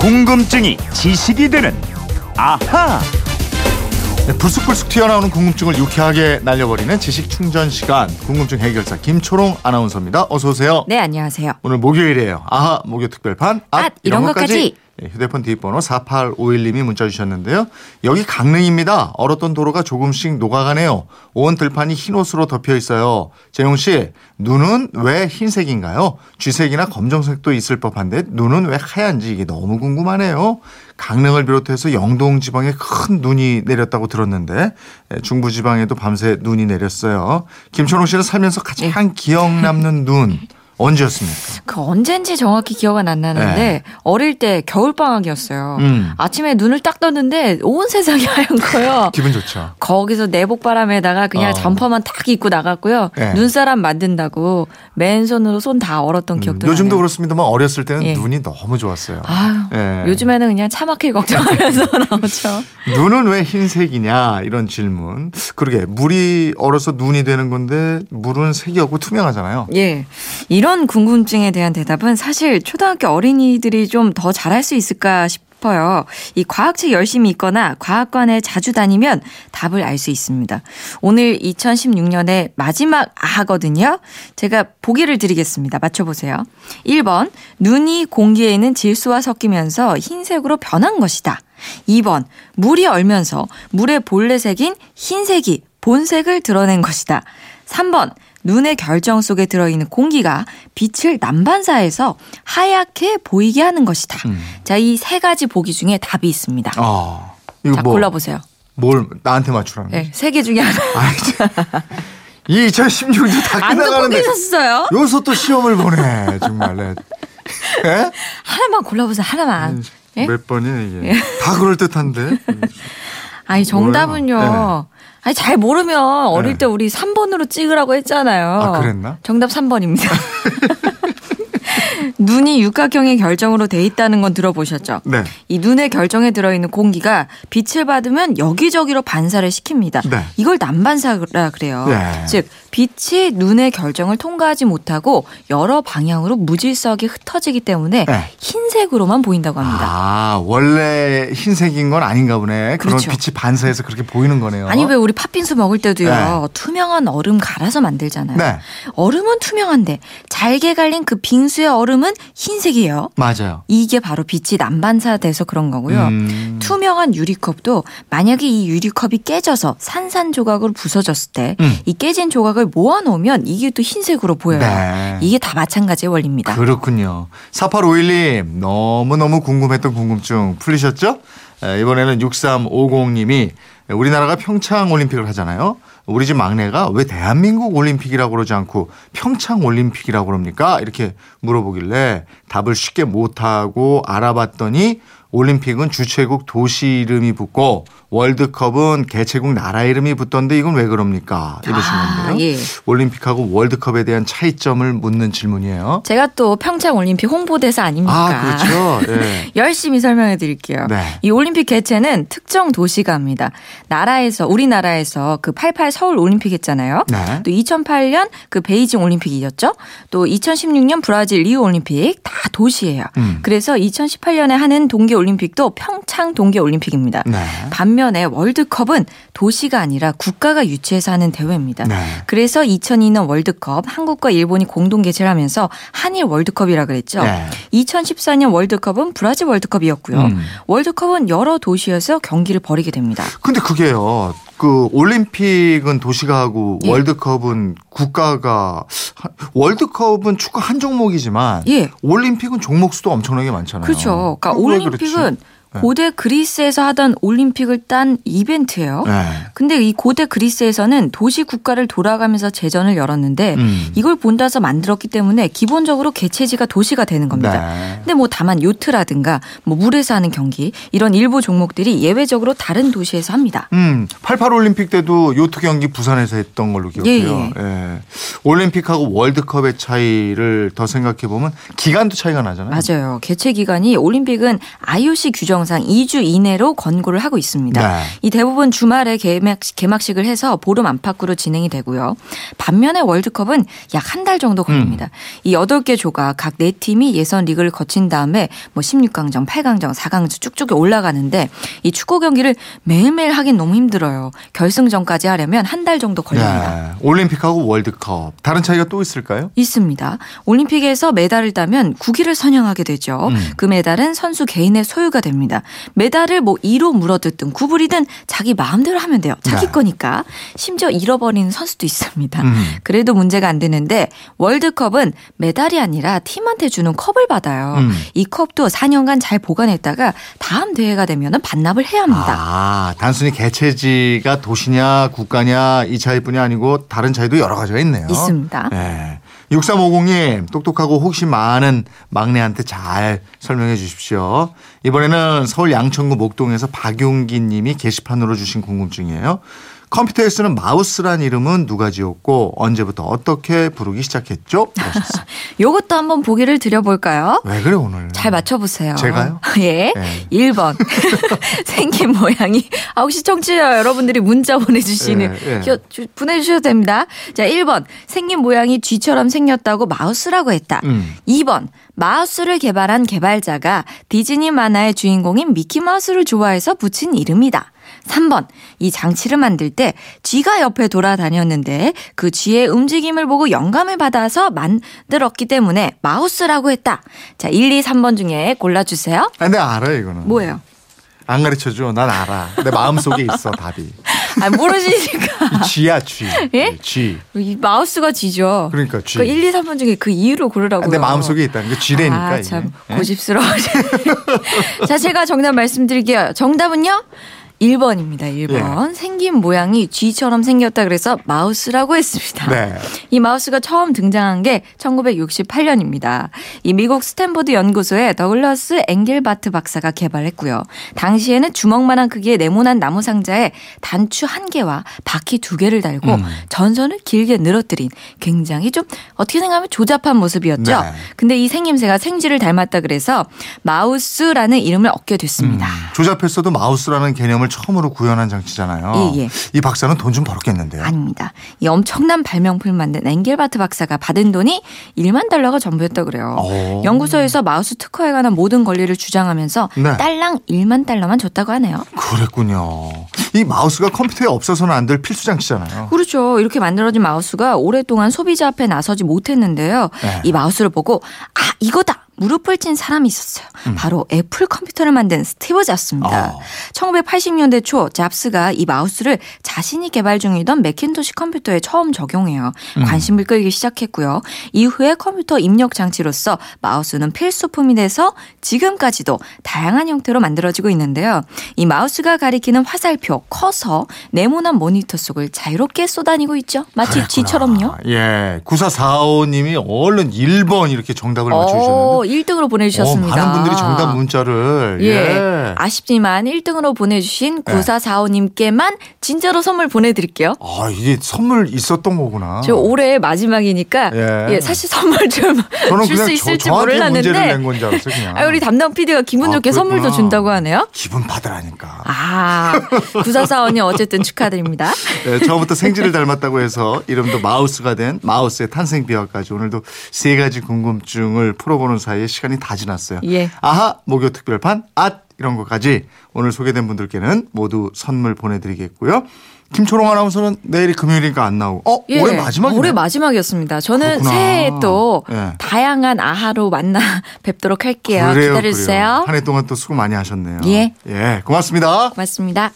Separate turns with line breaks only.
궁금증이 지식이 되는 아하.
네, 불쑥불쑥 튀어나오는 궁금증을 유쾌하게 날려버리는 지식 충전 시간 궁금증 해결사 김초롱 아나운서입니다. 어서 오세요.
네, 안녕하세요.
오늘 목요일이에요. 아하 목요 특별판 앗,
앗, 이런 것까지.
네, 휴대폰 뒷번호 4851님이 문자 주셨는데요. 여기 강릉입니다. 얼었던 도로가 조금씩 녹아가네요. 오원 들판이 흰옷으로 덮여 있어요. 재용 씨 눈은 왜 흰색인가요? 쥐색이나 검정색도 있을 법한데 눈은 왜 하얀지 이게 너무 궁금하네요. 강릉을 비롯해서 영동 지방에 큰 눈이 내렸다고 들었는데 예, 중부 지방에도 밤새 눈이 내렸어요. 김철웅 씨는 살면서
네.
가장 기억 남는 눈 언제였습니까?
그 언젠지 정확히 기억은 안 나는데
네.
어릴 때 겨울 방학이었어요.
음.
아침에 눈을 딱 떴는데 온 세상이 하얀 거예요.
기분 좋죠.
거기서 내복 바람에다가 그냥
어.
잠퍼만 딱 입고 나갔고요.
네.
눈사람 만든다고 맨손으로 손 다 얼었던 기억도
음,
나요.
요즘도 그렇습니다만 어렸을 때는
예.
눈이 너무 좋았어요.
아유,
예.
요즘에는 그냥 차막히 걱정하면서 나오죠.
눈은 왜 흰색이냐 이런 질문. 그러게 물이 얼어서 눈이 되는 건데 물은 색이 없고 투명하잖아요.
예. 이런 궁금증에 대한 대답은 사실 초등학교 어린이들이 좀 더 잘할 수 있을까 싶어요. 이 과학책 열심히 읽거나 과학관에 자주 다니면 답을 알 수 있습니다. 오늘 2016년의 마지막 아거든요. 제가 보기를 드리겠습니다. 맞춰보세요. 1번, 눈이 공기에 있는 질소와 섞이면서 흰색으로 변한 것이다. 2번, 물이 얼면서 물의 본래색인 흰색이 본색을 드러낸 것이다. 3번 눈의 결정 속에 들어있는 공기가 빛을 남반사해서 하얗게 보이게 하는 것이다. 자, 이 세 가지 보기 중에 답이 있습니다.
음. 아 이거
자,
뭐,
골라보세요.
뭘 나한테 맞추라는 거지?
네, 세개 중에 하나.
아이, 참. 이 2016도 다
안 듣고
끝나가는데
계셨어요?
여기서 또 시험을 보네 정말. 네. 예?
하나만 골라보세요,
음.
하나만. 예? 음.
몇 번이에요 이게. 다 그럴 듯한데.
아니, 정답은요.
몰라요.
아니, 잘 모르면 어릴
네.
때 우리 3번으로 찍으라고 했잖아요.
아, 그랬나?
정답 3번입니다. 눈이 육각형의 결정으로 돼 있다는 건 들어보셨죠?
네.
이 눈의 결정에 들어있는 공기가 빛을 받으면 여기저기로 반사를 시킵니다.
네.
이걸 난반사라 그래요.
예.
즉 빛이 눈의 결정을 통과하지 못하고 여러 방향으로 무질서하게 흩어지기 때문에
네.
흰색으로만 보인다고 합니다.
아 원래 흰색인 건 아닌가 보네. 그런
그렇죠.
빛이 반사해서 그렇게 보이는 거네요.
아. 니왜 우리 팥빙수 먹을 때도요
어? 네.
투명한 얼음 갈아서 만들잖아요.
네.
얼음은 투명한데 잘게 갈린 그 빙수의 얼음은 흰색이에요.
맞아요.
이게 바로 빛이 난반사돼서 그런 거고요.
음.
투명한 유리컵도 만약에 이 유리컵이 깨져서 산산조각으로 부서졌을 때 이
음.
깨진 조각을 모아놓으면 이게 또 흰색으로 보여요.
네.
이게 다 마찬가지의 원리입니다.
그렇군요. 4851님, 너무너무 궁금했던 궁금증 풀리셨죠? 에, 이번에는 6350님이 우리나라가 평창 올림픽을 하잖아요. 우리 집 막내가 왜 대한민국 올림픽이라고 그러지 않고 평창 올림픽이라고 그럽니까? 이렇게 물어보길래 답을 쉽게 못하고 알아봤더니 올림픽은 주최국 도시 이름이 붙고 월드컵은 개최국 나라 이름이 붙던데 이건 왜 그럽니까? 이러신
아,
건데요.
예.
올림픽하고 월드컵에 대한 차이점을 묻는 질문이에요.
제가 또 평창 올림픽 홍보대사 아닙니까? 네.
아, 그렇죠. 예.
열심히 설명해 드릴게요.
네.
이 올림픽 개최는 특정 도시가입니다. 나라에서 우리나라에서 그 88 서울 올림픽 했잖아요.
네.
또 2008년 그 베이징 올림픽이었죠. 또 2016년 브라질 리우 올림픽 다 도시예요.
음.
그래서 2018년에 하는 동계 올림픽도 평창 동계 올림픽입니다.
네.
반면에 월드컵은 도시가 아니라 국가가 유치해서 하는 대회입니다.
네.
그래서 2002년 월드컵 한국과 일본이 공동 개최를 하면서 한일 월드컵이라 그랬죠.
네.
2014년 월드컵은 브라질 월드컵이었고요.
음.
월드컵은 여러 도시에서 경기를 벌이게 됩니다.
근데 그게요. 그 올림픽은 도시가 하고
예.
월드컵은 국가가 하- 월드컵은 축구 한 종목이지만
예.
올림픽은 종목 수도 엄청나게 많잖아요.
그렇죠. 그러니까
그거 왜
올림픽은
그렇지? 네.
고대 그리스에서 하던 올림픽을 딴 이벤트예요.
네.
근데 이 고대 그리스에서는 도시 국가를 돌아가면서 제전을 열었는데
음.
이걸 본따서 만들었기 때문에 기본적으로 개최지가 도시가 되는 겁니다.
네.
근데 뭐 다만 요트라든가 뭐 물에서 하는 경기 이런 일부 종목들이 예외적으로 다른 도시에서 합니다.
음, 88 올림픽 때도 요트 경기 부산에서 했던 걸로 기억해요. 예, 올림픽하고 월드컵의 차이를 더 생각해 보면 기간도 차이가 나잖아요.
맞아요. 개최 기간이 올림픽은 IOC 규정 일정상 2주 이내로 권고를 하고 있습니다.
네.
이 대부분 주말에 개막, 개막식을 해서 보름 안팎으로 진행이 되고요. 반면에 월드컵은 약 한 달 정도 걸립니다.
음.
이 8개 조가 각 4팀이 예선 리그를 거친 다음에 뭐 16강전, 8강전, 4강전 쭉쭉 올라가는데 이 축구 경기를 매일매일 하긴 너무 힘들어요. 결승전까지 하려면 한 달 정도 걸립니다.
네. 올림픽하고 월드컵 다른 차이가 또 있을까요?
있습니다. 올림픽에서 메달을 따면 국기를 선양하게 되죠.
음.
그 메달은 선수 개인의 소유가 됩니다. 메달을 뭐 이로 물어뜯든 구부리든 자기 마음대로 하면 돼요. 자기
네.
거니까. 심지어 잃어버리는 선수도 있습니다.
음.
그래도 문제가 안 되는데 월드컵은 메달이 아니라 팀한테 주는 컵을 받아요.
음.
이 컵도 4년간 잘 보관했다가 다음 대회가 되면 반납을 해야 합니다.
아,
네.
단순히 개체지가 도시냐 국가냐 이 차이뿐이 아니고 다른 차이도 여러 가지가 있네요.
있습니다.
네. 6350님, 똑똑하고 호기심 많은 막내한테 잘 설명해 주십시오. 이번에는 서울 양천구 목동에서 박용기 님이 게시판으로 주신 궁금증이에요. 컴퓨터에 쓰는 마우스란 이름은 누가 지었고 언제부터 어떻게 부르기 시작했죠? 그러셨어요.
요것도 한번 보기를 드려볼까요?
왜 그래 오늘?
잘 맞춰보세요.
제가요?
예.
네.
1번. 생긴 모양이. 아, 혹시 청취자 여러분들이 문자 보내주시는,
예, 예.
겨- 주- 보내주셔도 됩니다. 자, 1번. 생긴 모양이 쥐처럼 생겼다고 마우스라고 했다.
음.
2번. 마우스를 개발한 개발자가 디즈니 만화의 주인공인 미키마우스를 좋아해서 붙인 이름이다. 3번. 이 장치를 만들 때 쥐가 옆에 돌아다녔는데 그 쥐의 움직임을 보고 영감을 받아서 만들었기 때문에 마우스라고 했다. 자, 1, 2, 3번 중에 골라주세요.
아, 근데 알아 이거는.
뭐예요?
안 가르쳐 줘. 난 알아. 내 마음 속에 있어 답이.
아, 모르시니까.
이 쥐야 쥐.
예?
쥐.
이 마우스가 쥐죠.
그러니까 쥐.
그 1, 2, 3번 중에 그 이유를 고르라고요.
아, 내 마음 속에 있다는 게 쥐래니까
아,
이게.
참
예?
고집스러워. 자, 제가 정답 말씀드릴게요. 정답은요? 1번입니다.
예.
1번. 생긴 모양이 쥐처럼 생겼다 그래서 마우스라고 했습니다.
네.
이 마우스가 처음 등장한 게 1968년입니다. 이 미국 스탠포드 연구소의 더글러스 앵겔바트 박사가 개발했고요. 당시에는 주먹만한 크기의 네모난 나무 상자에 단추 한 개와 바퀴 두 개를 달고 전선을 길게 늘어뜨린 굉장히 좀 어떻게 생각하면 조잡한 모습이었죠.
네.
근데 이 생김새가 생쥐를 닮았다 그래서 마우스라는 이름을 얻게 됐습니다.
조잡했어도 마우스라는 개념을 처음으로 구현한 장치잖아요.
예, 예.
이 박사는 돈 좀 벌었겠는데요.
아닙니다. 이 엄청난 발명품을 만든 앵겔바트 박사가 받은 돈이 1만 달러가 전부였다 그래요.
오.
연구소에서 마우스 특허에 관한 모든 권리를 주장하면서
네.
딸랑 1만 달러만 줬다고 하네요.
그랬군요. 이 마우스가 컴퓨터에 없어서는 안 될 필수 장치잖아요.
그렇죠. 이렇게 만들어진 마우스가 오랫동안 소비자 앞에 나서지 못했는데요.
네.
이 마우스를 보고 아 이거다 무릎을 친 사람이 있었어요. 바로 애플 컴퓨터를 만든 스티브 잡스입니다.
음. 어.
1980년대 초 잡스가 이 마우스를 자신이 개발 중이던 맥킨토시 컴퓨터에 처음 적용해요. 관심을 끌기 시작했고요. 이후에 컴퓨터 입력 장치로서 마우스는 필수품이 돼서 지금까지도 다양한 형태로 만들어지고 있는데요. 이 마우스가 가리키는 화살표, 커서 네모난 모니터 속을 자유롭게 쏘다니고 있죠. 마치 쥐처럼요.
아, 예. 9445님이 얼른 1번 이렇게 정답을
어,
맞춰주셨는데. 어,
1등으로 보내주셨습니다.
많은 분들이 정답 문자를.
예.
예.
아쉽지만 1등으로 보내주신
네.
9445님께만 진짜로 선물 보내드릴게요.
아, 이게 선물 있었던 거구나.
저 올해 마지막이니까
아. 예.
예, 사실 선물 좀 줄
저는
수
그냥 저,
있을지
저한테 문제를 낸
몰랐는데
건지 알았어요, 그냥.
아, 우리 담당 PD가 기분
아,
좋게 선물도
그랬구나.
준다고 하네요.
기분 받으라니까.
아, 9445님 어쨌든 축하드립니다.
네, 저부터 생쥐를 닮았다고 해서 이름도 마우스가 된 마우스의 탄생 비화까지 오늘도 세 가지 궁금증을 풀어보는 사이에 시간이 다 지났어요.
예.
아하 목요 특별판 앗 이런 것까지 오늘 소개된 분들께는 모두 선물 보내드리겠고요. 김초롱 아나운서는 내일이 금요일이니까 안 나오고 어
예,
올해 마지막이네.
올해 마지막이었습니다. 저는
그렇구나.
새해에 또
예.
다양한 아하로 만나 뵙도록 할게요.
그래요,
기다려주세요.
한 해 동안 또 수고 많이 하셨네요.
예.
예, 고맙습니다.
고맙습니다.